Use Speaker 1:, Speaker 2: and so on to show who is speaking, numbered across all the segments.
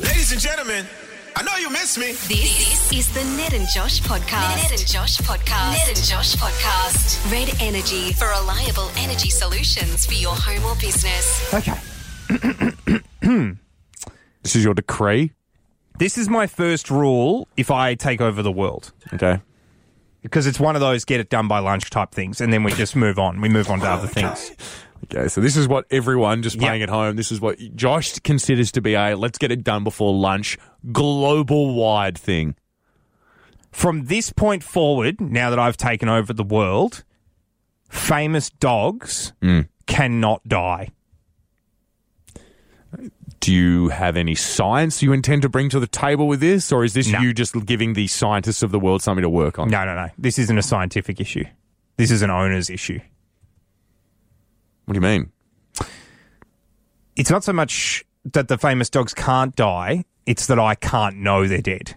Speaker 1: Ladies and gentlemen, I know you miss me.
Speaker 2: This is the Ned and Josh podcast. Ned and Josh podcast. Ned and Josh podcast. Red Energy for reliable energy solutions for your home or business.
Speaker 3: Okay.
Speaker 4: This is your decree.
Speaker 3: This is my first rule if I take over the world.
Speaker 4: Okay.
Speaker 3: Because it's one of those get it done by lunch type things, and then we just move on. We move on to other things.
Speaker 4: Okay, so this is what everyone just
Speaker 3: Yep.
Speaker 4: playing at home, this is what Josh considers to be a let's get it done before lunch global wide thing.
Speaker 3: From this point forward, now that I've taken over the world, famous dogs cannot die.
Speaker 4: Do you have any science you intend to bring to the table with this, or is this
Speaker 3: No.
Speaker 4: you just giving the scientists of the world something to work on?
Speaker 3: No, no, no. This isn't a scientific issue. This is an owner's issue.
Speaker 4: What do you mean?
Speaker 3: It's not so much that the famous dogs can't die, it's that I can't know they're dead.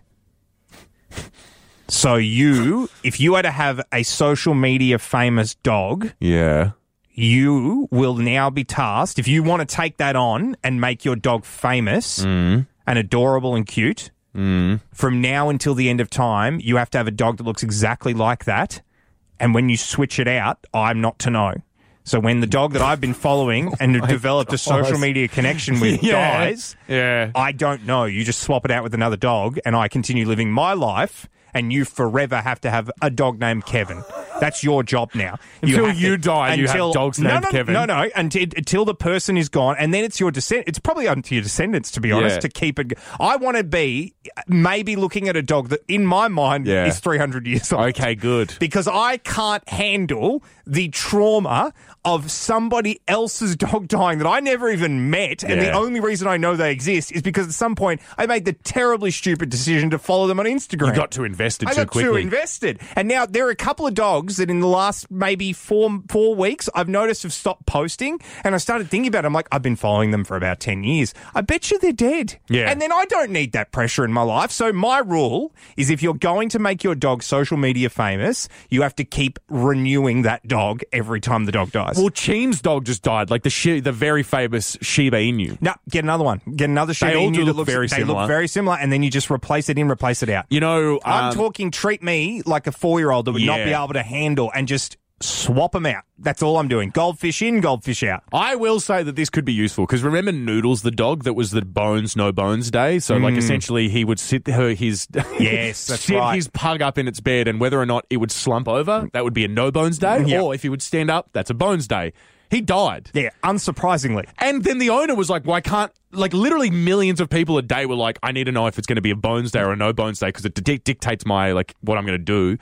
Speaker 3: So, you, if you were to have a social media famous dog,
Speaker 4: Yeah.
Speaker 3: you will now be tasked, if you want to take that on and make your dog famous
Speaker 4: Mm.
Speaker 3: and adorable and cute, from now until the end of time, you have to have a dog that looks exactly like that. And when you switch it out, I'm not to know. So when the dog that I've been following and developed a social media connection with
Speaker 4: Oh Yeah.
Speaker 3: dies,
Speaker 4: Yeah.
Speaker 3: I don't know. You just swap it out with another dog, and I continue living my life. And you forever have to have a dog named Kevin. That's your job now.
Speaker 4: Until
Speaker 3: have
Speaker 4: you die, you have dogs
Speaker 3: no,
Speaker 4: named
Speaker 3: no,
Speaker 4: Kevin.
Speaker 3: No, no, until, until the person is gone, and then it's your descent. It's probably up to your descendants, to be honest,
Speaker 4: Yeah.
Speaker 3: to keep it. g- I want to be maybe looking at a dog that, in my mind,
Speaker 4: Yeah.
Speaker 3: is three hundred years old
Speaker 4: Okay, good.
Speaker 3: because I can't handle the trauma of somebody else's dog dying that I never even met. And the
Speaker 4: Yeah.
Speaker 3: only reason I know they exist is because at some point I made the terribly stupid decision to follow them on Instagram.
Speaker 4: You got too invested
Speaker 3: I
Speaker 4: too
Speaker 3: got too
Speaker 4: quickly.
Speaker 3: invested. And now there are a couple of dogs that in the last maybe four four weeks I've noticed have stopped posting. And I started thinking about it. I'm like, I've been following them for about 10 years. I bet you they're dead.
Speaker 4: Yeah.
Speaker 3: And then I don't need that pressure in my life. So my rule is if you're going to make your dog social media famous, you have to keep renewing that dog every time the dog dies.
Speaker 4: well, Cheem's dog just died, like the she- the very famous Shiba Inu.
Speaker 3: no, get another one. Get another Shiba
Speaker 4: all
Speaker 3: Inu
Speaker 4: do
Speaker 3: that
Speaker 4: look
Speaker 3: looks-
Speaker 4: very
Speaker 3: they
Speaker 4: similar.
Speaker 3: look very similar, and then you just replace it in, replace it out.
Speaker 4: You know,
Speaker 3: I'm
Speaker 4: um,
Speaker 3: talking treat me like a four year old that would not
Speaker 4: Yeah.
Speaker 3: be able to handle and just swap them out. That's all I'm doing. Goldfish in, goldfish out.
Speaker 4: I will say that this could be useful because remember Noodles the dog that was the bones no bones day. So like essentially he would sit her his
Speaker 3: Mm. Yes, that's
Speaker 4: sit
Speaker 3: right.
Speaker 4: his pug up in its bed and whether or not it would slump over that would be a no bones day
Speaker 3: Mm, Yeah.
Speaker 4: or if he would stand up that's a bones day. He died.
Speaker 3: Yeah, unsurprisingly.
Speaker 4: And then the owner was like, "Why can't like literally millions of people a day were like, I need to know if it's going to be a bones day or a no bones day because it di- dictates my like what I'm going to do."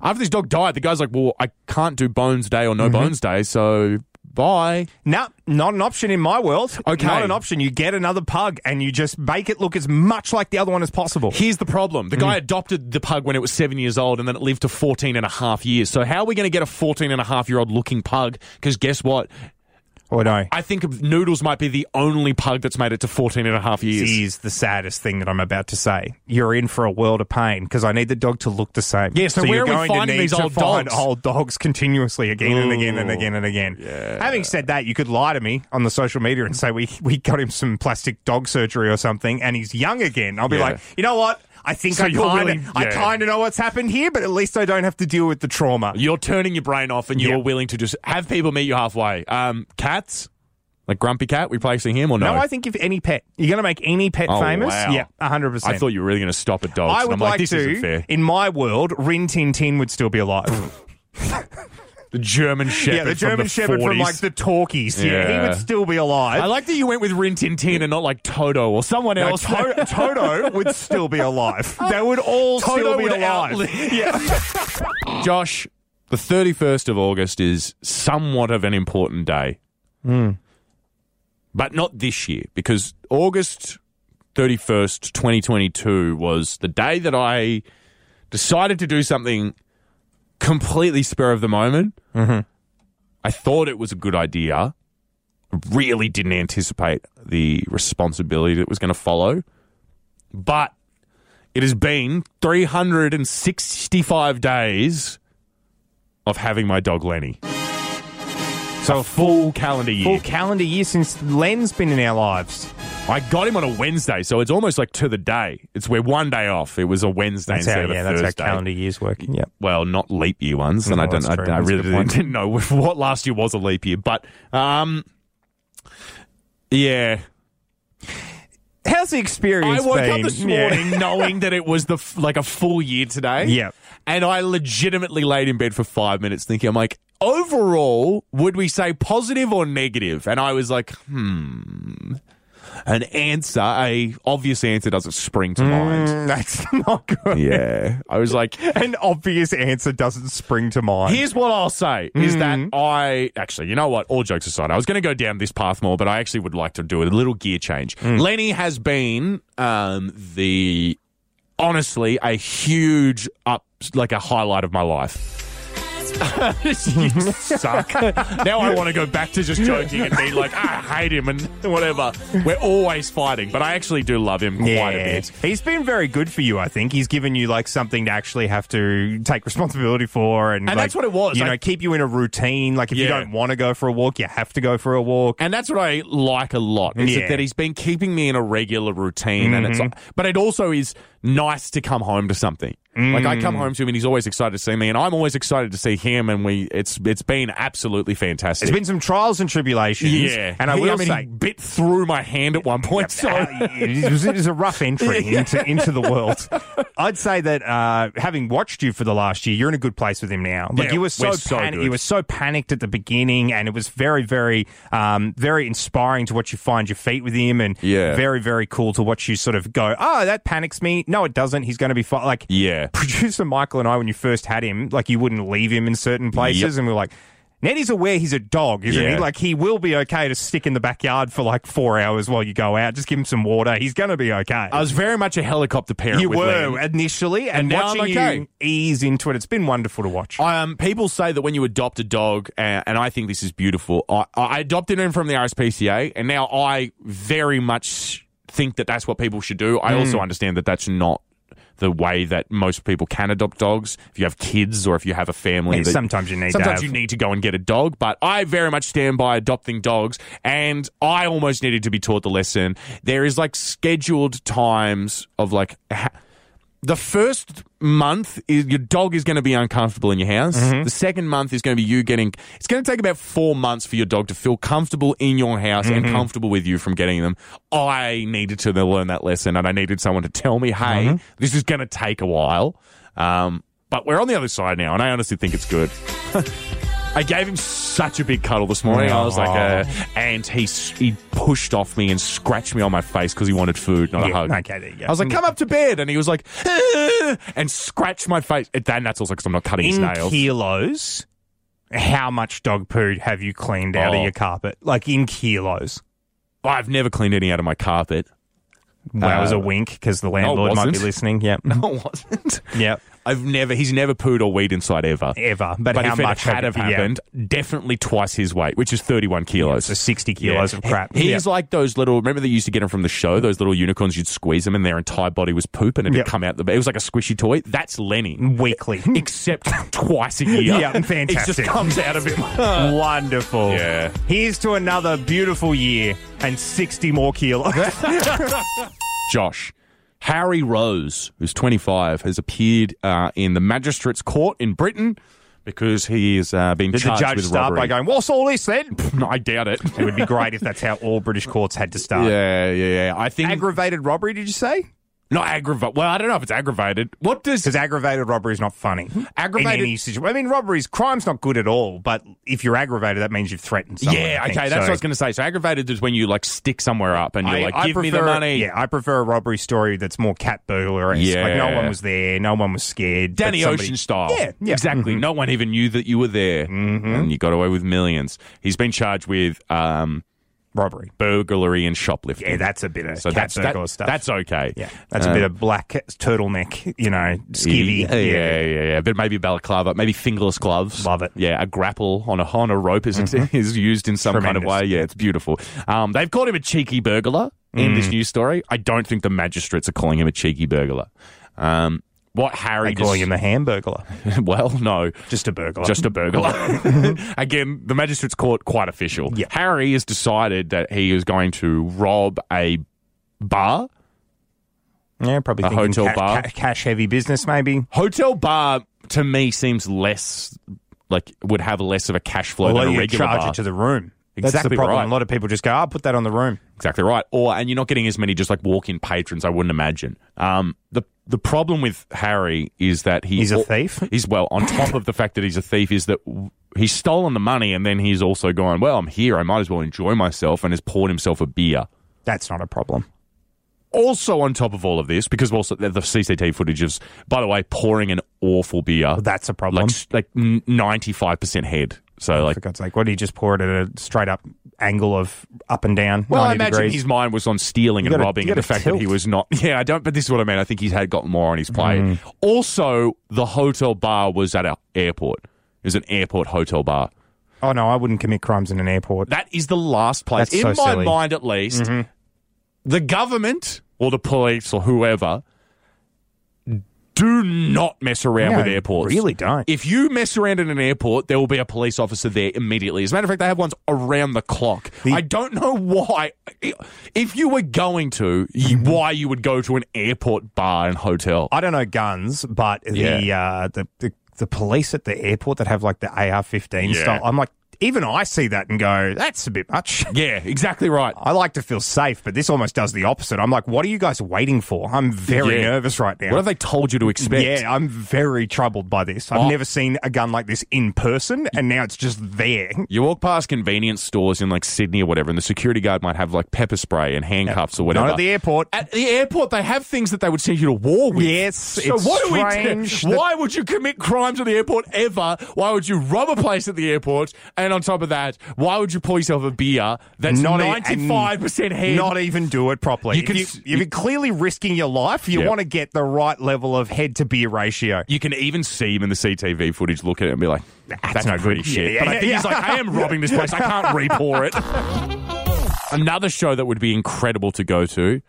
Speaker 4: After this dog died, the guy's like, "Well, I can't do bones day or
Speaker 3: Mm-hmm.
Speaker 4: no bones day, so bye."
Speaker 3: No, not an option in my world.
Speaker 4: Okay.
Speaker 3: Not an option. You get another pug and you just make it look as much like the other one as possible.
Speaker 4: Here's the problem. The guy
Speaker 3: Hmm.
Speaker 4: adopted the pug when it was seven years old and then it lived to 14 and a half years. So how are we going to get a 14 and a half year old looking pug? Because guess what?
Speaker 3: Or Oh, no.
Speaker 4: I think Noodles might be the only pug that's made it to 14 and a half years.
Speaker 3: This is the saddest thing that I'm about to say. You're in for a world of pain because I need the dog to look the same.
Speaker 4: Yeah, so where
Speaker 3: you're
Speaker 4: are
Speaker 3: going
Speaker 4: we
Speaker 3: to
Speaker 4: finding
Speaker 3: need
Speaker 4: these
Speaker 3: to
Speaker 4: old
Speaker 3: find
Speaker 4: dogs?
Speaker 3: old dogs continuously again and again and
Speaker 4: Ooh.
Speaker 3: again and again. Having said that, you could lie to me on the social media and say we we got him some plastic dog surgery or something, and he's young again. I'll be
Speaker 4: Yeah.
Speaker 3: like, you know what? I think
Speaker 4: So
Speaker 3: I
Speaker 4: you're
Speaker 3: kind of
Speaker 4: really-
Speaker 3: I
Speaker 4: yeah.
Speaker 3: kind of know what's happened here, but at least I don't have to deal with the trauma.
Speaker 4: You're turning your brain off and you're
Speaker 3: Yeah.
Speaker 4: willing to just have people meet you halfway. Um, cats? Like Grumpy Cat, replacing him or no?
Speaker 3: No, I think if any pet, you're going to make any pet
Speaker 4: Oh,
Speaker 3: famous.
Speaker 4: wow.
Speaker 3: Yeah, hundred percent.
Speaker 4: I thought you were really going to stop at dogs.
Speaker 3: I
Speaker 4: and
Speaker 3: would
Speaker 4: I'm
Speaker 3: like,
Speaker 4: like, this isn't
Speaker 3: to.
Speaker 4: fair.
Speaker 3: In my world, Rin Tin Tin would still be alive.
Speaker 4: The German Shepherd.
Speaker 3: yeah, the German
Speaker 4: from the
Speaker 3: Shepherd
Speaker 4: 40s.
Speaker 3: from like the talkies. Yeah. he
Speaker 4: Yeah.
Speaker 3: would still be alive.
Speaker 4: I like that you went with Rin Tin Tin and not like Toto or someone
Speaker 3: No,
Speaker 4: else.
Speaker 3: To- Toto would still be alive. They would all still be
Speaker 4: would
Speaker 3: alive.
Speaker 4: outlive- Josh, the 31st of August is somewhat of an important day.
Speaker 3: Hmm.
Speaker 4: But not this year, because August 31st, 2022 was the day that I decided to do something completely spur of the moment. Mm-hmm. I thought it was a good idea. Really didn't anticipate the responsibility that was going to follow. But it has been 365 days of having my dog Lenny. So a full calendar year.
Speaker 3: Full calendar year since Len's been in our lives.
Speaker 4: I got him on a Wednesday, so it's almost like to the day. It's we're one day off. It was a Wednesday
Speaker 3: That's
Speaker 4: instead
Speaker 3: how,
Speaker 4: of a
Speaker 3: yeah,
Speaker 4: Thursday.
Speaker 3: that's how calendar years work. Yep.
Speaker 4: well, not leap year ones, and
Speaker 3: No,
Speaker 4: I don't.
Speaker 3: Oh, that's
Speaker 4: I,
Speaker 3: true.
Speaker 4: I
Speaker 3: That's a
Speaker 4: really
Speaker 3: good point.
Speaker 4: didn't, didn't know what last year was a leap year, but um, yeah.
Speaker 3: How's the experience
Speaker 4: I woke
Speaker 3: been?
Speaker 4: up this
Speaker 3: Yeah.
Speaker 4: morning knowing that it was the f- like a full year today.
Speaker 3: Yep.
Speaker 4: and I legitimately laid in bed for five minutes thinking, I'm like, overall, would we say positive or negative? And I was like, hmm. An answer, a obvious answer, doesn't spring to mind.
Speaker 3: Mm, that's not good.
Speaker 4: Yeah, I was like,
Speaker 3: An obvious answer doesn't spring to mind.
Speaker 4: Here's what I'll say is that I actually, you know what? All jokes aside, I was going to go down this path more, but I actually would like to do a little gear change. Lenny has been um, the honestly a huge up, like a highlight of my life. you suck. now I want to go back to just joking and be like, I hate him and whatever. We're always fighting, but I actually do love him quite
Speaker 3: yeah.
Speaker 4: a bit.
Speaker 3: He's been very good for you, I think. He's given you like something to actually have to take responsibility for and,
Speaker 4: And
Speaker 3: like,
Speaker 4: that's what it was.
Speaker 3: You
Speaker 4: I-
Speaker 3: know, keep you in a routine. Like if you
Speaker 4: Yeah.
Speaker 3: don't want to go for a walk, you have to go for a walk.
Speaker 4: And that's what I like a lot is
Speaker 3: Yeah. Mm-hmm.
Speaker 4: that he's been keeping me in a regular routine, and it's but it also is nice to come home to something. Like I
Speaker 3: Mm.
Speaker 4: come home to him, and he's always excited to see me, and I'm always excited to see him, and we it's it's been absolutely fantastic.
Speaker 3: There's been some trials and tribulations.
Speaker 4: yeah,
Speaker 3: And I
Speaker 4: He-
Speaker 3: will
Speaker 4: mean, he
Speaker 3: say,
Speaker 4: bit through my hand at one point. So
Speaker 3: Uh, it, was, it was a rough entry into, into the world. I'd say that uh, having watched you for the last year, you're in a good place with him now. Like
Speaker 4: Yeah,
Speaker 3: you were so,
Speaker 4: we're so
Speaker 3: panic-
Speaker 4: good.
Speaker 3: you were so panicked at the beginning, and it was very, very, um, very inspiring to watch you find your feet with him, and
Speaker 4: Yeah.
Speaker 3: very, very cool to watch you sort of go, oh, that panics me. No, it doesn't. He's going to be fine. Like
Speaker 4: yeah,
Speaker 3: producer Michael and I, when you first had him, like you wouldn't leave him in certain places, and we were like. Nettie's aware he's a dog, isn't
Speaker 4: Yeah.
Speaker 3: he? Like he will be okay to stick in the backyard for like four hours while you go out. Just give him some water. He's going to be okay.
Speaker 4: I was very much a helicopter parent.
Speaker 3: you
Speaker 4: with
Speaker 3: were
Speaker 4: Len.
Speaker 3: initially, and,
Speaker 4: And now I'm
Speaker 3: watching
Speaker 4: okay.
Speaker 3: you ease into it, it's been wonderful to watch.
Speaker 4: Um, people say that when you adopt a dog, uh, and I think this is beautiful. I, I adopted him from the RSPCA, and now I very much think that that's what people should do.
Speaker 3: Hmm.
Speaker 4: I also understand that that's not the way that most people can adopt dogs. If you have kids or if you have a family,
Speaker 3: Yeah,
Speaker 4: that-
Speaker 3: sometimes you need to
Speaker 4: Sometimes
Speaker 3: have-
Speaker 4: you need to go and get a dog. But I very much stand by adopting dogs, and I almost needed to be taught the lesson. There is like scheduled times of like. Ha- the first month is your dog is going to be uncomfortable in your house.
Speaker 3: Mm-hmm.
Speaker 4: The second month is going to be you getting. It's going to take about four months for your dog to feel comfortable in your house
Speaker 3: Mm-hmm.
Speaker 4: and comfortable with you from getting them. I needed to learn that lesson, and I needed someone to tell me, "Hey,
Speaker 3: Mm-hmm.
Speaker 4: this is going to take a while." Um, but we're on the other side now, and I honestly think it's good. I gave him such a big cuddle this morning. I was like, uh, and he s- he pushed off me and scratched me on my face because he wanted food, not a
Speaker 3: Yeah, Hmm.
Speaker 4: hug.
Speaker 3: okay, there you go. Mm.
Speaker 4: I was like, come up to bed, and he was like, "Ah," and scratched my face. And then that's also because I'm not cutting his
Speaker 3: in
Speaker 4: nails.
Speaker 3: kilos, how much dog poo have you cleaned out
Speaker 4: Oh.
Speaker 3: of your carpet? Like in kilos.
Speaker 4: I've never cleaned any out of my carpet.
Speaker 3: Wow,
Speaker 4: Uh,
Speaker 3: was a wink because the landlord might be
Speaker 4: wasn't.
Speaker 3: listening. Yep.
Speaker 4: No, it wasn't.
Speaker 3: Yep.
Speaker 4: I've never. He's never pooed or weed inside ever.
Speaker 3: Ever. But,
Speaker 4: But
Speaker 3: how
Speaker 4: if it
Speaker 3: much
Speaker 4: had have
Speaker 3: have yeah,
Speaker 4: happened, definitely twice his weight, which is 31 kilos.
Speaker 3: So 60 kilos
Speaker 4: Yeah.
Speaker 3: of crap.
Speaker 4: He-
Speaker 3: Yeah.
Speaker 4: He's like those little. Remember they used to get them from the show. Those little unicorns. You'd squeeze them, and their entire body was poop, and it'd
Speaker 3: Yep.
Speaker 4: come out. The, it was like a squishy toy. That's Lenny,
Speaker 3: weekly.
Speaker 4: except twice a year.
Speaker 3: Yeah, fantastic.
Speaker 4: It just comes out of him.
Speaker 3: Wonderful.
Speaker 4: Yeah.
Speaker 3: Here's to another beautiful year and 60 more kilos.
Speaker 4: Josh. Harry Rose, who's 25, has appeared uh, in the magistrates' court in Britain because he has uh, been
Speaker 3: Did the
Speaker 4: charged
Speaker 3: judge
Speaker 4: with
Speaker 3: start
Speaker 4: robbery.
Speaker 3: by going, What's all this then? It
Speaker 4: No, I doubt it.
Speaker 3: would be great if that's how all British courts had to start.
Speaker 4: yeah, yeah, yeah. I think
Speaker 3: Aggravated robbery, did you say?
Speaker 4: not aggravated. Well, I don't know if it's aggravated. What does
Speaker 3: Because aggravated robbery is not funny.
Speaker 4: Aggravated-
Speaker 3: In any situation. I mean, robberies, crime's not good at all, but if you're aggravated, that means you've threatened someone.
Speaker 4: Yeah,
Speaker 3: I think.
Speaker 4: okay, that's what I
Speaker 3: So-
Speaker 4: was going to say. So aggravated is when you like stick somewhere up and you're like, give me the
Speaker 3: prefer-
Speaker 4: money.
Speaker 3: Yeah, I prefer a robbery story that's more cat burglar. Yeah. Like no
Speaker 4: Yeah.
Speaker 3: one was there, no one was scared. but
Speaker 4: Danny
Speaker 3: somebody-
Speaker 4: Ocean style.
Speaker 3: Yeah, yeah. Mm-hmm.
Speaker 4: exactly. No one even knew that you were there, and you got away with millions. He's been charged with um,
Speaker 3: robbery.
Speaker 4: burglary and shoplifting.
Speaker 3: Yeah, that's a bit of
Speaker 4: so
Speaker 3: cat
Speaker 4: that's that-
Speaker 3: burglar stuff.
Speaker 4: that's okay.
Speaker 3: yeah, that's a
Speaker 4: Um,
Speaker 3: bit of black turtleneck, you know, skivvy.
Speaker 4: Yeah, yeah, yeah, yeah. But maybe balaclava, maybe fingerless gloves.
Speaker 3: Love it. Mm-hmm.
Speaker 4: Yeah, a grapple on a on a rope is is used in some kind of
Speaker 3: Tremendous.
Speaker 4: way. Yeah, it's beautiful. Um, they've called him a cheeky
Speaker 3: Mm.
Speaker 4: burglar in this news story. I don't think the magistrates are calling him a cheeky burglar. Um, What Harry
Speaker 3: They calling him
Speaker 4: just-
Speaker 3: the Hamburglar.
Speaker 4: well, no,
Speaker 3: Just a burglar.
Speaker 4: just a burglar. Again, the magistrate's court quite official.
Speaker 3: Yeah.
Speaker 4: Harry has decided that he is going to rob a bar,
Speaker 3: yeah, probably
Speaker 4: a
Speaker 3: thinking
Speaker 4: hotel bar.
Speaker 3: cash heavy business, maybe.
Speaker 4: hotel bar. To me, seems less like would have less of a cash flow
Speaker 3: Although
Speaker 4: than a
Speaker 3: you
Speaker 4: regular
Speaker 3: charge
Speaker 4: bar.
Speaker 3: it to the room. That's
Speaker 4: Exactly
Speaker 3: the problem.
Speaker 4: right.
Speaker 3: A lot of people just go, "I'll put that on the room."
Speaker 4: Exactly right. Or and you're not getting as many just like walk-in patrons. I wouldn't imagine. Um, the the problem with Harry is that he-
Speaker 3: He's a thief?
Speaker 4: He's well on top of the fact that he's a thief is that w- he's stolen the money and then he's also gone. Well, I'm here. I might as well enjoy myself and has poured himself a beer.
Speaker 3: That's not a problem.
Speaker 4: Also on top of all of this, because also the the CCTV footage is, by the way, pouring an awful beer.
Speaker 3: That's a problem.
Speaker 4: like s- like ninety five percent head. So like
Speaker 3: For God's sake, what do you just pour it at a straight up angle of up and down?
Speaker 4: Well,
Speaker 3: 90
Speaker 4: I imagine
Speaker 3: degrees?
Speaker 4: his mind was on stealing
Speaker 3: You
Speaker 4: and
Speaker 3: gotta-
Speaker 4: robbing,
Speaker 3: you
Speaker 4: and the
Speaker 3: gotta
Speaker 4: fact that he
Speaker 3: tilt.
Speaker 4: was not. Yeah, I don't. But this is what I mean. I think he's had got more on his plate.
Speaker 3: Mm-hmm.
Speaker 4: Also, the hotel bar was at an airport. It was an airport hotel bar.
Speaker 3: Oh no, I wouldn't commit crimes in an airport.
Speaker 4: That is the last place
Speaker 3: That's
Speaker 4: in
Speaker 3: so
Speaker 4: my
Speaker 3: silly. Mm-hmm.
Speaker 4: mind, at least. The government or the police or whoever do not mess around
Speaker 3: No,
Speaker 4: with airports.
Speaker 3: really don't.
Speaker 4: If you mess around in an airport, there will be a police officer there immediately. As a matter of fact, they have ones around the clock.
Speaker 3: The-
Speaker 4: I don't know why. If you were going to, you- why you would go to an airport bar and hotel.
Speaker 3: Mm-hmm. I don't know guns, but the,
Speaker 4: Yeah.
Speaker 3: uh, the the the police at the airport that have like the AR-15
Speaker 4: Yeah.
Speaker 3: style. I'm like, even I see that and go, "That's a bit much."
Speaker 4: yeah, exactly right.
Speaker 3: I like to feel safe, but this almost does the opposite. I'm like, what are you guys waiting for? I'm very
Speaker 4: Yeah.
Speaker 3: nervous right now.
Speaker 4: What have they told you to expect?
Speaker 3: Yeah, I'm very troubled by this. I've
Speaker 4: Oh.
Speaker 3: never seen a gun like this in person, and now it's just there.
Speaker 4: You walk past convenience stores in like Sydney or whatever, and the security guard might have like pepper spray and handcuffs or whatever.
Speaker 3: Not at the airport.
Speaker 4: At the airport, they have things that they would send you to war with.
Speaker 3: Yes,
Speaker 4: So
Speaker 3: it's
Speaker 4: what
Speaker 3: strange
Speaker 4: do we?
Speaker 3: that-
Speaker 4: do? Why would you commit crimes at the airport ever? Why would you rob a place at the airport? And on top of that, why would you pour yourself a beer that's
Speaker 3: Not a-
Speaker 4: ninety-five percent head?
Speaker 3: Not even do it properly.
Speaker 4: You
Speaker 3: You
Speaker 4: can-
Speaker 3: can, you, you're clearly risking your life. You
Speaker 4: Yeah.
Speaker 3: want to get the right level of head to beer ratio.
Speaker 4: you can even see him in the CTV footage. Look at it and be like, "That's,
Speaker 3: no
Speaker 4: not
Speaker 3: good."
Speaker 4: pretty
Speaker 3: Yeah,
Speaker 4: shit."
Speaker 3: yeah,
Speaker 4: but I think
Speaker 3: yeah.
Speaker 4: he's like, "I am robbing this place. I can't repour it." Another show that would be incredible to go to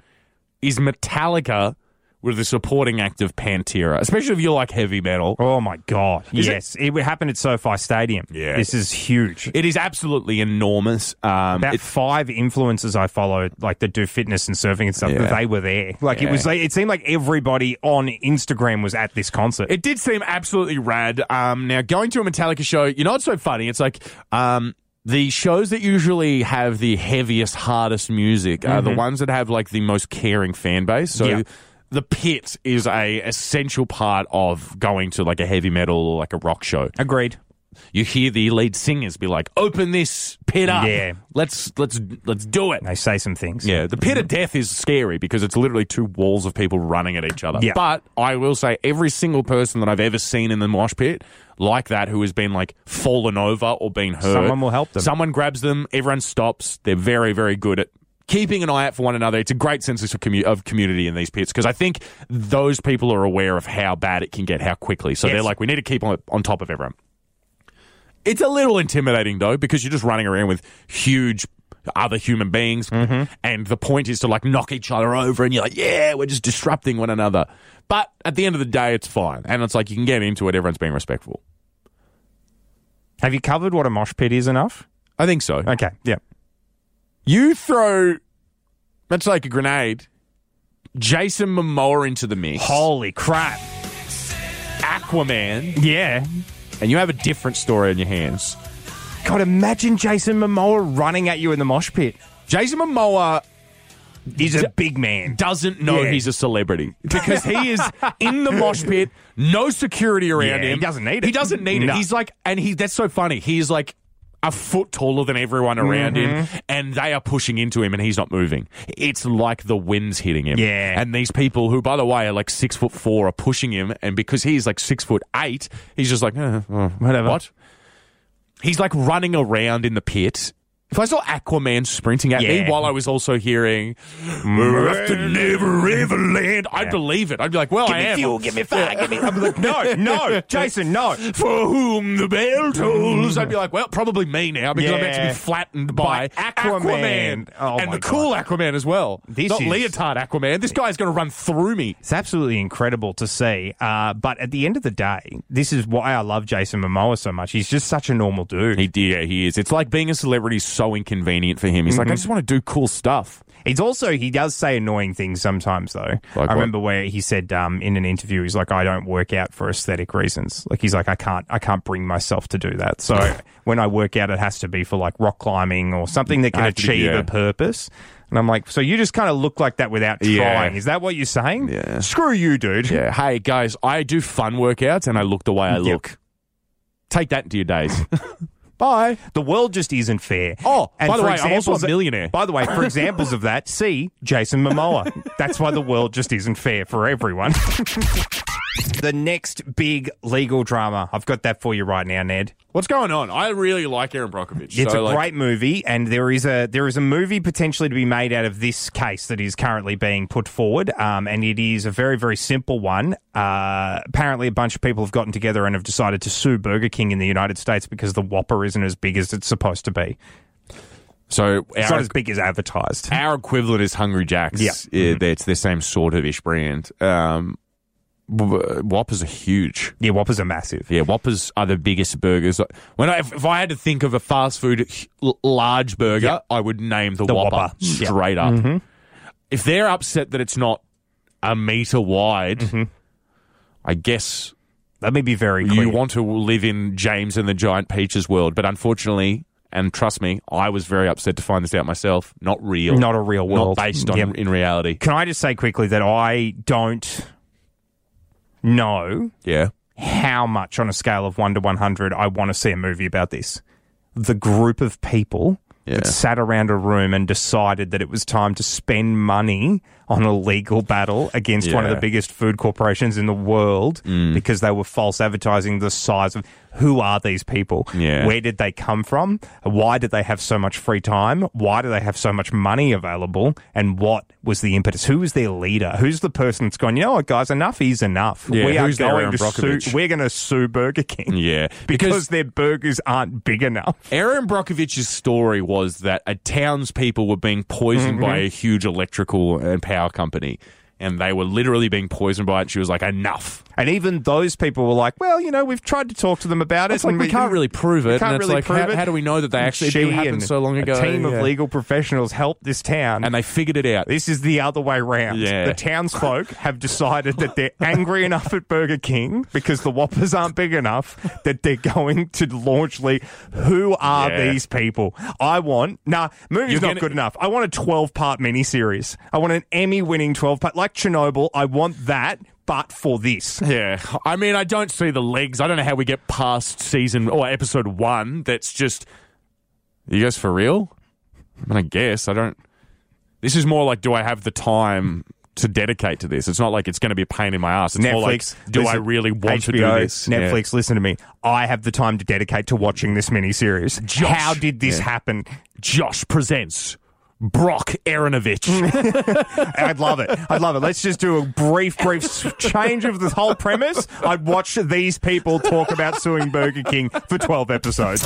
Speaker 4: is Metallica with the supporting act of Pantera, especially if you like heavy metal.
Speaker 3: Oh my god!
Speaker 4: Is it-
Speaker 3: yes, it, happened at SoFi Stadium.
Speaker 4: Yeah.
Speaker 3: this is huge.
Speaker 4: It is absolutely enormous. Um,
Speaker 3: about
Speaker 4: it-
Speaker 3: five influencers I follow, like that do fitness and surfing and stuff,
Speaker 4: Yeah.
Speaker 3: they were there. Like
Speaker 4: Yeah.
Speaker 3: it was, like, it seemed like everybody on Instagram was at this concert.
Speaker 4: It did seem absolutely rad. Um, now going to a Metallica show, you know, it's so funny. It's like um, the shows that usually have the heaviest, hardest music are the ones that have like the most caring fan base. So.
Speaker 3: Mm-hmm. Yeah.
Speaker 4: The pit is a essential part of going to like a heavy metal or like a rock show.
Speaker 3: Agreed.
Speaker 4: You hear the lead singers be like, "Open this pit up,
Speaker 3: Yeah.
Speaker 4: Let's let's let's do it."
Speaker 3: They say some things.
Speaker 4: Yeah, the pit
Speaker 3: Mm-hmm.
Speaker 4: of death is scary because it's literally two walls of people running at each other.
Speaker 3: Yeah.
Speaker 4: But I will say, every single person that I've ever seen in the mosh pit like that who has been like fallen over or been hurt,
Speaker 3: Someone will help them.
Speaker 4: Someone grabs them. Everyone stops. They're very, very good at keeping an eye out for one another. It's a great sense of, commu- of community in these pits because I think those people are aware of how bad it can get, how quickly. So
Speaker 3: Yes.
Speaker 4: they're like, we need to keep on, on top of everyone. It's a little intimidating though because you're just running around with huge other human beings,
Speaker 3: Mm-hmm.
Speaker 4: and the point is to like knock each other over, and you're like, yeah, we're just disrupting one another. But at the end of the day, it's fine, and it's like you can get into it. Everyone's being respectful.
Speaker 3: Have you covered what a mosh pit is enough?
Speaker 4: I think so.
Speaker 3: Okay. Yeah.
Speaker 4: You throw, that's like a grenade. Jason Momoa into the mix,
Speaker 3: Holy crap!
Speaker 4: Aquaman,
Speaker 3: Yeah.
Speaker 4: and you have a different story in your hands.
Speaker 3: God, imagine Jason Momoa running at you in the mosh pit.
Speaker 4: Jason Momoa
Speaker 3: He's a big man.
Speaker 4: doesn't know
Speaker 3: Yeah.
Speaker 4: he's a celebrity because he is in the mosh pit, no security around
Speaker 3: Yeah, he
Speaker 4: him.
Speaker 3: doesn't need it.
Speaker 4: He doesn't need
Speaker 3: No.
Speaker 4: it. He's like, and he that's so funny. He's like a foot taller than everyone around
Speaker 3: Mm-hmm.
Speaker 4: him, and they are pushing into him, and he's not moving. It's like the wind's hitting him.
Speaker 3: Yeah.
Speaker 4: And these people, who by the way are like six foot four, are pushing him, and because he's like six foot eight, he's just like, eh, well,
Speaker 3: Whatever.
Speaker 4: What? He's like running around in the pit. If I saw Aquaman sprinting at
Speaker 3: Yeah.
Speaker 4: me while I was also hearing "We're off to Never Ever Land," I'd believe it. I'd be like, "Well, I am."
Speaker 3: give me fire, give me. I'm like, no, no, Jason, no.
Speaker 4: For whom the bell tolls, I'd be like, "Well, probably me now because I'm meant to
Speaker 3: Yeah.
Speaker 4: be flattened
Speaker 3: By
Speaker 4: by,
Speaker 3: Aquaman. Oh
Speaker 4: and
Speaker 3: my
Speaker 4: the cool Aquaman as well.
Speaker 3: This
Speaker 4: Not
Speaker 3: is-
Speaker 4: leotard Aquaman. This guy's going to run through me.
Speaker 3: It's absolutely incredible to see. Uh, but at the end of the day, this is why I love Jason Momoa so much. He's just such a normal dude.
Speaker 4: He, yeah, he is. It's like being a celebrity is so inconvenient for him. He's like, I just want to do cool stuff.
Speaker 3: He's also he does say annoying things sometimes though.
Speaker 4: what?
Speaker 3: I remember where he said um, in an interview, he's like, "I don't work out for aesthetic reasons." Like he's like, "I can't, I can't bring myself to do that." So when I work out, it has to be for like rock climbing or something that can
Speaker 4: Have to be,
Speaker 3: achieve
Speaker 4: yeah.
Speaker 3: a purpose. And I'm like, "So you just kind of look like that without trying?
Speaker 4: Yeah.
Speaker 3: Is that what you're saying?
Speaker 4: Yeah.
Speaker 3: Screw you, dude.
Speaker 4: Yeah. Hey, guys, I do fun workouts and I look the way I
Speaker 3: Yep.
Speaker 4: look. Take that into your days. Bye.
Speaker 3: The world just isn't fair."
Speaker 4: Oh, by the
Speaker 3: for
Speaker 4: way, I'm also
Speaker 3: examples-
Speaker 4: a millionaire.
Speaker 3: By the way, for examples of that, see Jason Momoa. That's why the world just isn't fair for everyone. the next big legal drama. I've got that for you right now, Ned.
Speaker 4: What's going on? I really like Aaron Brockovich.
Speaker 3: It's
Speaker 4: so,
Speaker 3: a
Speaker 4: like,
Speaker 3: great movie, and there is a there is a movie potentially to be made out of this case that is currently being put forward, um, and it is a very very simple one. Uh, apparently, a bunch of people have gotten together and have decided to sue Burger King in the United States because the Whopper isn't as big as it's supposed to be.
Speaker 4: So
Speaker 3: It's
Speaker 4: our,
Speaker 3: not as big as advertised.
Speaker 4: our equivalent is Hungry Jack's.
Speaker 3: Yeah. Mm-hmm.
Speaker 4: yeah they- it's the same sort of ish brand. Um, w- w- Whoppers are huge.
Speaker 3: Yeah, Whoppers are massive.
Speaker 4: Yeah, Whoppers are the biggest burgers. When I, if, if I had to think of a fast food h- l- large burger, I would name the,
Speaker 3: The
Speaker 4: Whopper,
Speaker 3: Whopper. Yeah. Mm-hmm.
Speaker 4: straight up. If they're upset that it's not a meter wide,
Speaker 3: Mm-hmm.
Speaker 4: I guess
Speaker 3: Let me be very clear.
Speaker 4: you want to live in James and the Giant Peaches world. But unfortunately, and trust me, I was very upset to find this out myself. Not real.
Speaker 3: Not a real world.
Speaker 4: Not based on
Speaker 3: Yep.
Speaker 4: in reality.
Speaker 3: Can I just say quickly that I don't know
Speaker 4: Yeah.
Speaker 3: how much on a scale of 1 to 100 I want to see a movie about this. The group of people
Speaker 4: Yeah.
Speaker 3: that sat around a room and decided that it was time to spend money on a legal battle against one of the
Speaker 4: Yeah. Mm.
Speaker 3: biggest food corporations in the world because they were false advertising the size of who are these people?
Speaker 4: Yeah.
Speaker 3: Where did they come from? Why did they have so much free time? Why do they have so much money available? And what was the impetus? Who was their leader? Who's the person that's gone, you know what, guys, enough is enough.
Speaker 4: Yeah,
Speaker 3: we are
Speaker 4: who's their
Speaker 3: going
Speaker 4: Aaron
Speaker 3: to sue,
Speaker 4: Brockovich?
Speaker 3: we're going to sue Burger King.
Speaker 4: Yeah.
Speaker 3: Because,
Speaker 4: Because
Speaker 3: their burgers aren't big enough.
Speaker 4: Aaron Brockovich's story was that a townspeople were being poisoned
Speaker 3: Mm-hmm.
Speaker 4: by a huge electrical and power company. And they were literally being poisoned by it. She was like, enough.
Speaker 3: And even those people were like, well, you know, we've tried to talk to them about
Speaker 4: It's
Speaker 3: it.
Speaker 4: like,
Speaker 3: and
Speaker 4: we can't really prove
Speaker 3: we
Speaker 4: it.
Speaker 3: can't
Speaker 4: and it's
Speaker 3: really
Speaker 4: like,
Speaker 3: prove
Speaker 4: how,
Speaker 3: it.
Speaker 4: how do we know that they actually
Speaker 3: She
Speaker 4: it happened
Speaker 3: and
Speaker 4: so long ago?
Speaker 3: A team
Speaker 4: Yeah.
Speaker 3: of legal professionals helped this town.
Speaker 4: And they figured it out.
Speaker 3: This is the other way round.
Speaker 4: Yeah.
Speaker 3: The townsfolk have decided that they're angry enough at Burger King because the Whoppers aren't big enough that they're going to launch Lee. Who are
Speaker 4: Yeah.
Speaker 3: these people? I want, nah, movie's
Speaker 4: You're
Speaker 3: not
Speaker 4: gonna-
Speaker 3: good enough. I want a 12 part miniseries. I want an Emmy winning 12 part, like Chernobyl. I want that, but for this.
Speaker 4: Yeah. I mean, I don't see the legs. I don't know how we get past season or episode one that's just. You guys for real? I, mean, I guess. I don't. This is more like, do I have the time to dedicate to this? It's not like it's going to be a pain in my ass. It's more like,
Speaker 3: Netflix.
Speaker 4: do I
Speaker 3: listen-
Speaker 4: really want to
Speaker 3: HBO,
Speaker 4: do this? Yeah.
Speaker 3: Netflix, listen to me. I have the time to dedicate to watching this miniseries.
Speaker 4: Josh.
Speaker 3: How did this
Speaker 4: Yeah.
Speaker 3: happen?
Speaker 4: Josh presents Brock Aaronovich.
Speaker 3: I'd love it. I'd love it. Let's just do a brief, brief s- change of the whole premise. I'd watch these people talk about suing Burger King for 12 episodes.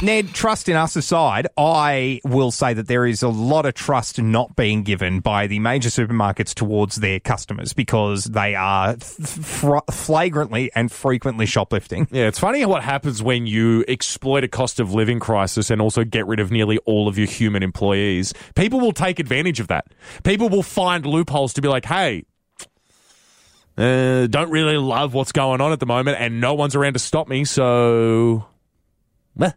Speaker 3: Ned, trust in us aside, I will say that there is a lot of trust not being given by the major supermarkets towards their customers because they are f- fr- flagrantly and frequently shoplifting.
Speaker 4: yeah, it's funny what happens when you exploit a cost of living crisis and also get rid of nearly all of your human employees. People will take advantage of that. People will find loopholes to be like, hey, uh, don't really love what's going on at the moment, and no one's around to stop me, so. meh."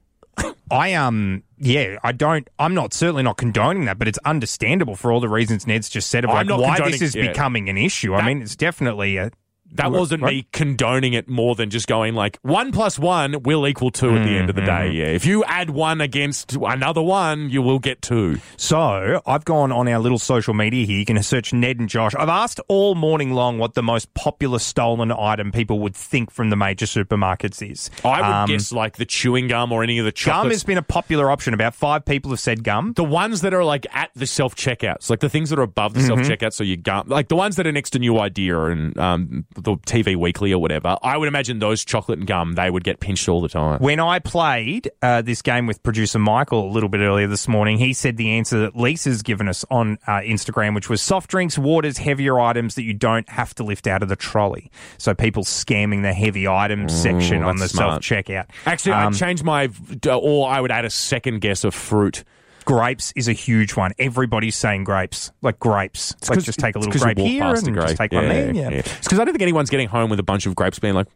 Speaker 3: I um yeah, I don't I'm not certainly not condoning that, but it's understandable for all the reasons Ned's just said about
Speaker 4: I'm not
Speaker 3: why
Speaker 4: condoning-
Speaker 3: this is
Speaker 4: yeah.
Speaker 3: becoming an issue. I mean, it's definitely a
Speaker 4: That wasn't me condoning it more than just going like one plus one will equal 2 at the end of the day. Yeah. If you add one against another one, you will get two.
Speaker 3: So I've gone on our little social media here. You can search Ned and Josh. I've asked all morning long what the most popular stolen item people would think from the major supermarkets is.
Speaker 4: I would
Speaker 3: Um,
Speaker 4: guess like the chewing gum or any of the
Speaker 3: Gum
Speaker 4: chocolates.
Speaker 3: has been a popular option. About five people have said gum.
Speaker 4: the ones that are like at the self checkouts, like the things that are above the self
Speaker 3: Mm-hmm.
Speaker 4: checkouts, so you gum, like the ones that are next to New Idea and um, the TV Weekly or whatever. I would imagine those chocolate and gum they would get pinched all the time.
Speaker 3: When I played uh, this game with producer Michael a little bit earlier this morning, he said the answer that Lisa's given us on uh, Instagram, which was soft drinks, waters, heavier items that you don't have to lift out of the trolley. So people scamming the heavy items section on the Uh,
Speaker 4: that's smart.
Speaker 3: self checkout.
Speaker 4: Actually,
Speaker 3: Um,
Speaker 4: I'd change my, or I would add a second guess of fruit.
Speaker 3: grapes is a huge one. Everybody's saying grapes, like grapes. Like
Speaker 4: 'cause-
Speaker 3: just take a
Speaker 4: it's
Speaker 3: little
Speaker 4: 'cause you
Speaker 3: grape
Speaker 4: walk
Speaker 3: here
Speaker 4: past
Speaker 3: and
Speaker 4: a grape.
Speaker 3: just take one there. Yeah.
Speaker 4: It's because I don't think anyone's getting home with a bunch of grapes being like,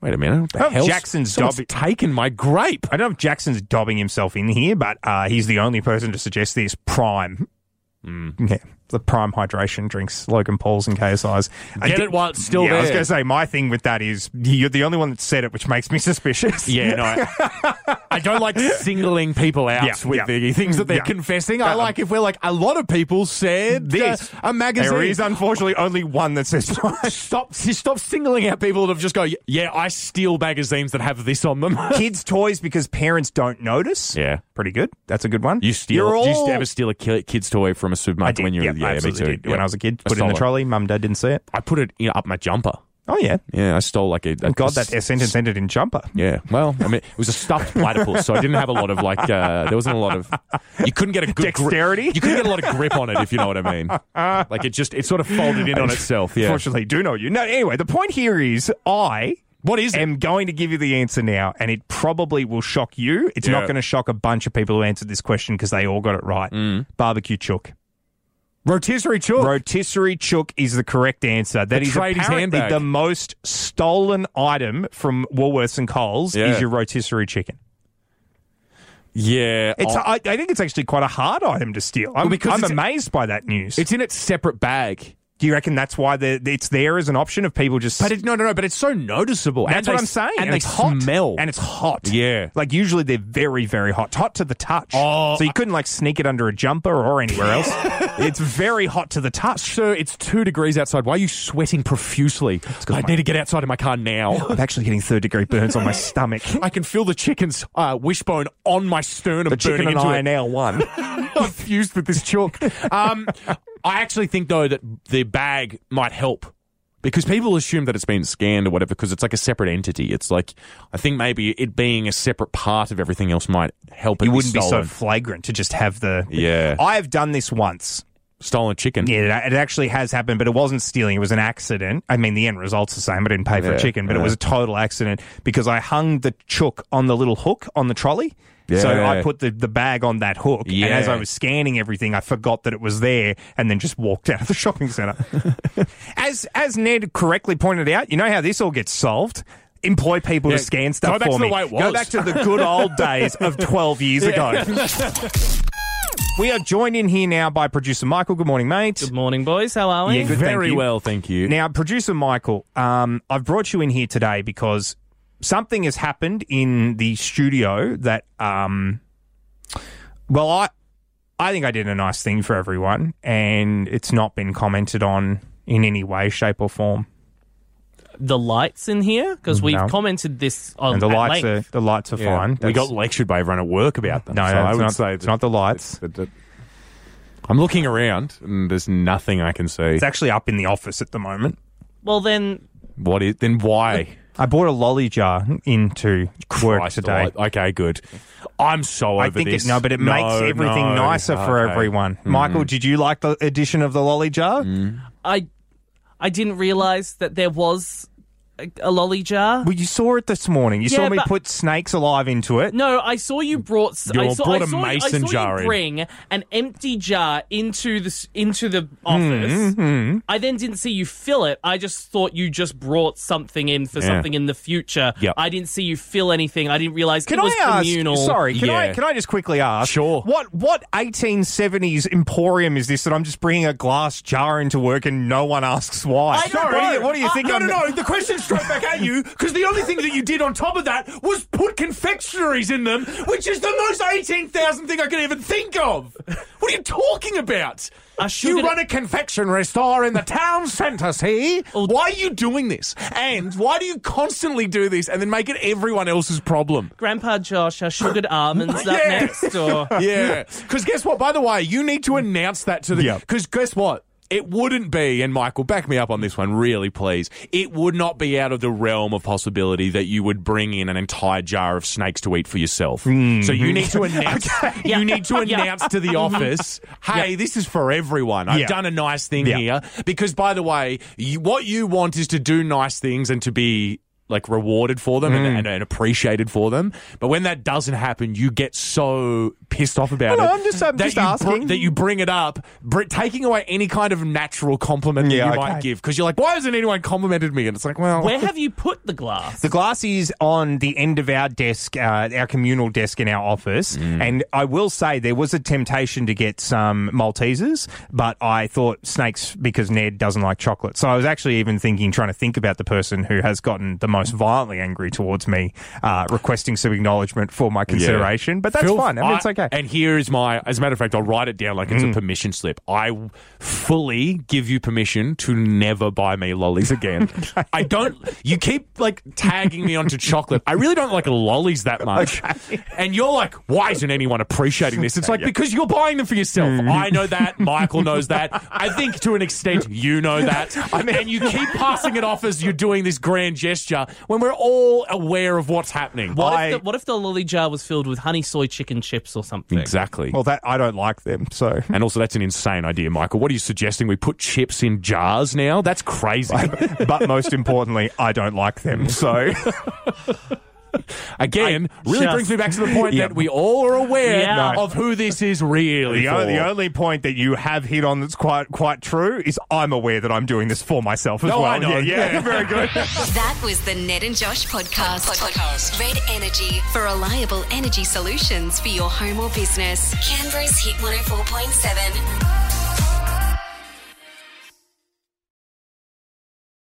Speaker 4: wait a minute, what the
Speaker 3: Oh,
Speaker 4: hell's-
Speaker 3: Jackson's
Speaker 4: someone's
Speaker 3: dob-
Speaker 4: taken my grape.
Speaker 3: I don't know if Jackson's dobbing himself in here, but uh, he's the only person to suggest this. Prime.
Speaker 4: Hmm.
Speaker 3: Yeah. The prime hydration drinks, Logan Paul's and KSI's. I
Speaker 4: Get
Speaker 3: did-
Speaker 4: it while it's still
Speaker 3: yeah, I was
Speaker 4: there.
Speaker 3: going to say, my thing with that is you're the only one that said it, which makes me suspicious.
Speaker 4: Yeah, no. I, I don't like singling people out
Speaker 3: Yeah,
Speaker 4: with
Speaker 3: yeah.
Speaker 4: the things that they're
Speaker 3: Yeah.
Speaker 4: confessing. I like if we're like, a lot of people said
Speaker 3: This.
Speaker 4: um, this. a magazine.
Speaker 3: There is unfortunately only one that says prime.
Speaker 4: Stop, stop singling out people that have just go, yeah, I steal magazines that have this on them.
Speaker 3: Kids' toys because parents don't notice.
Speaker 4: Yeah.
Speaker 3: Pretty good. That's a good one.
Speaker 4: You steal.
Speaker 3: You're
Speaker 4: Do you
Speaker 3: all-
Speaker 4: ever steal a ki- kid's toy from a
Speaker 3: I
Speaker 4: supermarket
Speaker 3: did.
Speaker 4: when you were
Speaker 3: yeah, I absolutely did. When
Speaker 4: Yeah.
Speaker 3: I was a kid,
Speaker 4: I
Speaker 3: put it in
Speaker 4: stole
Speaker 3: the trolley. Mum, dad didn't see it.
Speaker 4: I put it you know, up my jumper.
Speaker 3: Oh yeah.
Speaker 4: Yeah, I stole like a. a
Speaker 3: God, that sentence ended in jumper.
Speaker 4: Yeah, well, I mean, it was a stuffed platypus, so I didn't have a lot of like. Uh, there wasn't a lot of. You couldn't get a good gri-
Speaker 3: Dexterity?
Speaker 4: you couldn't get a lot of grip on it, if you know what I mean. Like it just, it sort of folded in on itself. Yeah.
Speaker 3: Unfortunately, do know you. No, anyway, the point here is I
Speaker 4: What is it?
Speaker 3: am going to give you the answer now, and it probably will shock you. It's
Speaker 4: Yeah.
Speaker 3: not going to shock a bunch of people who answered this question because they all got it right. Barbecue chook.
Speaker 4: Mm. Rotisserie chook.
Speaker 3: Rotisserie chook is the correct answer. That is
Speaker 4: tradie's
Speaker 3: apparently
Speaker 4: handbag.
Speaker 3: the most stolen item from Woolworths and Coles
Speaker 4: Yeah.
Speaker 3: is your rotisserie chicken.
Speaker 4: yeah,
Speaker 3: It's
Speaker 4: oh,
Speaker 3: I, I think it's actually quite a hard item to steal. I'm,
Speaker 4: Well, because
Speaker 3: I'm
Speaker 4: it's-
Speaker 3: amazed by that news.
Speaker 4: it's in its separate bag.
Speaker 3: Do you reckon that's why the, it's there as an option of people just?
Speaker 4: But it, no, no, no. But it's so noticeable.
Speaker 3: that's
Speaker 4: And
Speaker 3: what
Speaker 4: they-
Speaker 3: I'm saying.
Speaker 4: And, they
Speaker 3: it's hot.
Speaker 4: smell.
Speaker 3: and it's hot.
Speaker 4: Yeah.
Speaker 3: like usually they're very, very hot, hot to the touch.
Speaker 4: Oh,
Speaker 3: so you couldn't like sneak it under a jumper or anywhere else. it's very hot to the touch.
Speaker 4: Sir, it's two degrees outside. Why are you sweating profusely? I need to get outside of my car now.
Speaker 3: I'm actually getting third degree burns on my stomach.
Speaker 4: I can feel the chicken's uh, wishbone on my sternum
Speaker 3: The chicken
Speaker 4: burning
Speaker 3: and
Speaker 4: into
Speaker 3: I
Speaker 4: it.
Speaker 3: are now one.
Speaker 4: I'm fused with this chalk. Um, I actually think though that the bag might help because people assume that it's been scanned or whatever because it's like a separate entity. It's like I think maybe it being a separate part of everything else might help. It
Speaker 3: You wouldn't be so
Speaker 4: stolen.
Speaker 3: flagrant to just have the.
Speaker 4: Yeah.
Speaker 3: I've done this once.
Speaker 4: stolen chicken.
Speaker 3: Yeah, it it actually has happened, but it wasn't stealing. It was an accident. I mean, the end result's the same. I didn't pay for
Speaker 4: Yeah,
Speaker 3: a chicken, but
Speaker 4: yeah.
Speaker 3: it was a total accident because I hung the chook on the little hook on the trolley. So
Speaker 4: Yeah.
Speaker 3: I put the, the bag on that hook, and as
Speaker 4: Yeah.
Speaker 3: I was scanning everything, I forgot that it was there, and then just walked out of the shopping centre. as as Ned correctly pointed out, you know how this all gets solved. Employ people
Speaker 4: Yeah,
Speaker 3: to scan stuff
Speaker 4: go back
Speaker 3: for
Speaker 4: to the
Speaker 3: me.
Speaker 4: way it
Speaker 3: Go
Speaker 4: was.
Speaker 3: back to the good old days of twelve years ago. we are joined in here now by producer Michael. Good morning, mate.
Speaker 5: Good morning, boys. How are we?
Speaker 3: Yeah, good, thank
Speaker 4: Very
Speaker 3: you.
Speaker 4: well, thank you.
Speaker 3: Now, producer Michael, um, I've brought you in here today because something has happened in the studio that, um, well, I, I think I did a nice thing for everyone, and it's not been commented on in any way, shape, or form.
Speaker 5: The lights in here because we've
Speaker 3: No.
Speaker 5: commented this on
Speaker 3: And the
Speaker 5: at
Speaker 3: lights
Speaker 5: length.
Speaker 3: are the lights are
Speaker 4: Yeah.
Speaker 3: fine.
Speaker 4: we
Speaker 3: That's-
Speaker 4: got lectured by everyone at work about them.
Speaker 3: no,
Speaker 4: so
Speaker 3: no,
Speaker 4: I
Speaker 3: it's
Speaker 4: would
Speaker 3: not,
Speaker 4: say
Speaker 3: it's
Speaker 4: that-
Speaker 3: not the lights.
Speaker 4: that- that- I'm looking around and there's nothing I can see.
Speaker 3: It's actually up in the office at the moment.
Speaker 5: Well, then
Speaker 4: What is then? Why?
Speaker 3: I bought a lolly jar into work
Speaker 4: Christ
Speaker 3: today.
Speaker 4: alive. Okay, good. I'm so over
Speaker 3: I think
Speaker 4: this.
Speaker 3: it, no, but it makes
Speaker 4: No,
Speaker 3: everything
Speaker 4: no.
Speaker 3: nicer for
Speaker 4: Okay. Hmm.
Speaker 3: everyone. Michael, did you like the addition of the lolly jar?
Speaker 5: I I didn't realize that there was a, a lolly jar?
Speaker 3: Well, you saw it this morning. You
Speaker 5: Yeah,
Speaker 3: saw me
Speaker 5: but-
Speaker 3: put snakes alive into it.
Speaker 5: no, I saw you brought. s-
Speaker 4: You
Speaker 5: I saw,
Speaker 4: brought
Speaker 5: I
Speaker 4: a
Speaker 5: saw,
Speaker 4: mason
Speaker 5: I saw
Speaker 4: jar in.
Speaker 5: You bring an empty jar into the s- into the office.
Speaker 3: Mm-hmm.
Speaker 5: I then didn't see you fill it. I just thought you just brought something in for
Speaker 4: Yeah.
Speaker 5: something in the future.
Speaker 4: Yep.
Speaker 5: I didn't see you fill anything. I didn't realize
Speaker 3: Can
Speaker 5: it was
Speaker 3: I ask?
Speaker 5: communal.
Speaker 3: Sorry, can I
Speaker 4: Yeah.
Speaker 3: can I just quickly ask?
Speaker 4: Sure.
Speaker 3: What what 1870s emporium is this that I'm just bringing a glass jar into work and no one asks why?
Speaker 5: I don't
Speaker 3: What do you,
Speaker 5: know.
Speaker 3: what do you
Speaker 5: I-
Speaker 3: think?
Speaker 4: Ah, No,
Speaker 3: I'm,
Speaker 4: no, no. The question straight back at you because the only thing that you did on top of that was put confectionaries in them, which is the most 18,000 thing I could even think of. What are you talking about?
Speaker 5: I sure
Speaker 4: you
Speaker 5: didn't-
Speaker 4: run a confectionery store in the town centre, see?
Speaker 5: Oh.
Speaker 4: Why are you doing this? And why do you constantly do this and then make it everyone else's problem?
Speaker 5: Grandpa Josh, are sugared almonds up
Speaker 4: Yeah.
Speaker 5: next? Or
Speaker 4: Yeah. Because guess what? By the way, you need to announce that to the.
Speaker 3: Yep.
Speaker 4: Because guess what? It wouldn't be, and Michael, back me up on this one, really, please. It would not be out of the realm of possibility that you would bring in an entire jar of snakes to eat for yourself. So you need to announce. You need to
Speaker 5: Yeah.
Speaker 4: announce to the office, hey, this is for everyone. I've
Speaker 3: Yeah.
Speaker 4: done a nice thing
Speaker 3: Yeah.
Speaker 4: here. Because by the way, you, what you want is to do nice things and to be like rewarded for them
Speaker 3: Mm.
Speaker 4: and, and, and appreciated for them. But when that doesn't happen, you get so pissed off about
Speaker 3: No, no,
Speaker 4: it.
Speaker 3: I'm just- I'm
Speaker 4: that
Speaker 3: just
Speaker 4: you
Speaker 3: asking.
Speaker 4: that you bring it up, br- taking away any kind of natural compliment
Speaker 3: Yeah,
Speaker 4: that you
Speaker 3: okay.
Speaker 4: might give because you're like, why hasn't anyone complimented me? And it's like, well,
Speaker 5: where have you put the glass?
Speaker 3: The glass is on the end of our desk, uh, our communal desk in our office. And I will say there was a temptation to get some Maltesers, but I thought snakes because Ned doesn't like chocolate. So I was actually even thinking, trying to think about the person who has gotten the most violently angry towards me, uh, requesting some acknowledgement for my consideration. But that's
Speaker 4: Phil,
Speaker 3: fine. I mean, it's okay. Hmm.
Speaker 4: And here is my, as a matter of fact, I'll write it down like it's a permission slip. I w- fully give you permission to never buy me lollies again. I don't, you keep like tagging me onto chocolate. I really don't like lollies that much. And you're like, why isn't anyone appreciating this? It's like, because you're buying them for yourself.
Speaker 3: Hmm.
Speaker 4: I know that. Michael knows that. I think to an extent, you know that. and you keep passing it off as you're doing this grand gesture when we're all aware of what's happening.
Speaker 5: what,
Speaker 3: I-
Speaker 5: if the, what if the lolly jar was filled with honey soy chicken chips or something?
Speaker 4: Exactly.
Speaker 3: well, that I don't like them. So.
Speaker 4: And also, that's an insane idea, Michael. What are you suggesting? We put chips in jars now? That's crazy.
Speaker 3: but most importantly, I don't like them. So.
Speaker 4: Again, really
Speaker 5: just-
Speaker 4: brings me back to the point
Speaker 3: Yeah.
Speaker 4: that we all are aware
Speaker 5: Yeah.
Speaker 4: of who this is really.
Speaker 3: The, o-
Speaker 4: for.
Speaker 3: the only point that you have hit on that's quite quite true is I'm aware that I'm doing this for myself as
Speaker 4: No,
Speaker 3: well.
Speaker 4: I know.
Speaker 3: Yeah, yeah,
Speaker 4: Yeah.
Speaker 3: very good.
Speaker 2: That was the Ned and Josh podcast. podcast. Red Energy for reliable energy oh solutions for your home or business. Canberra's Hit 104.7.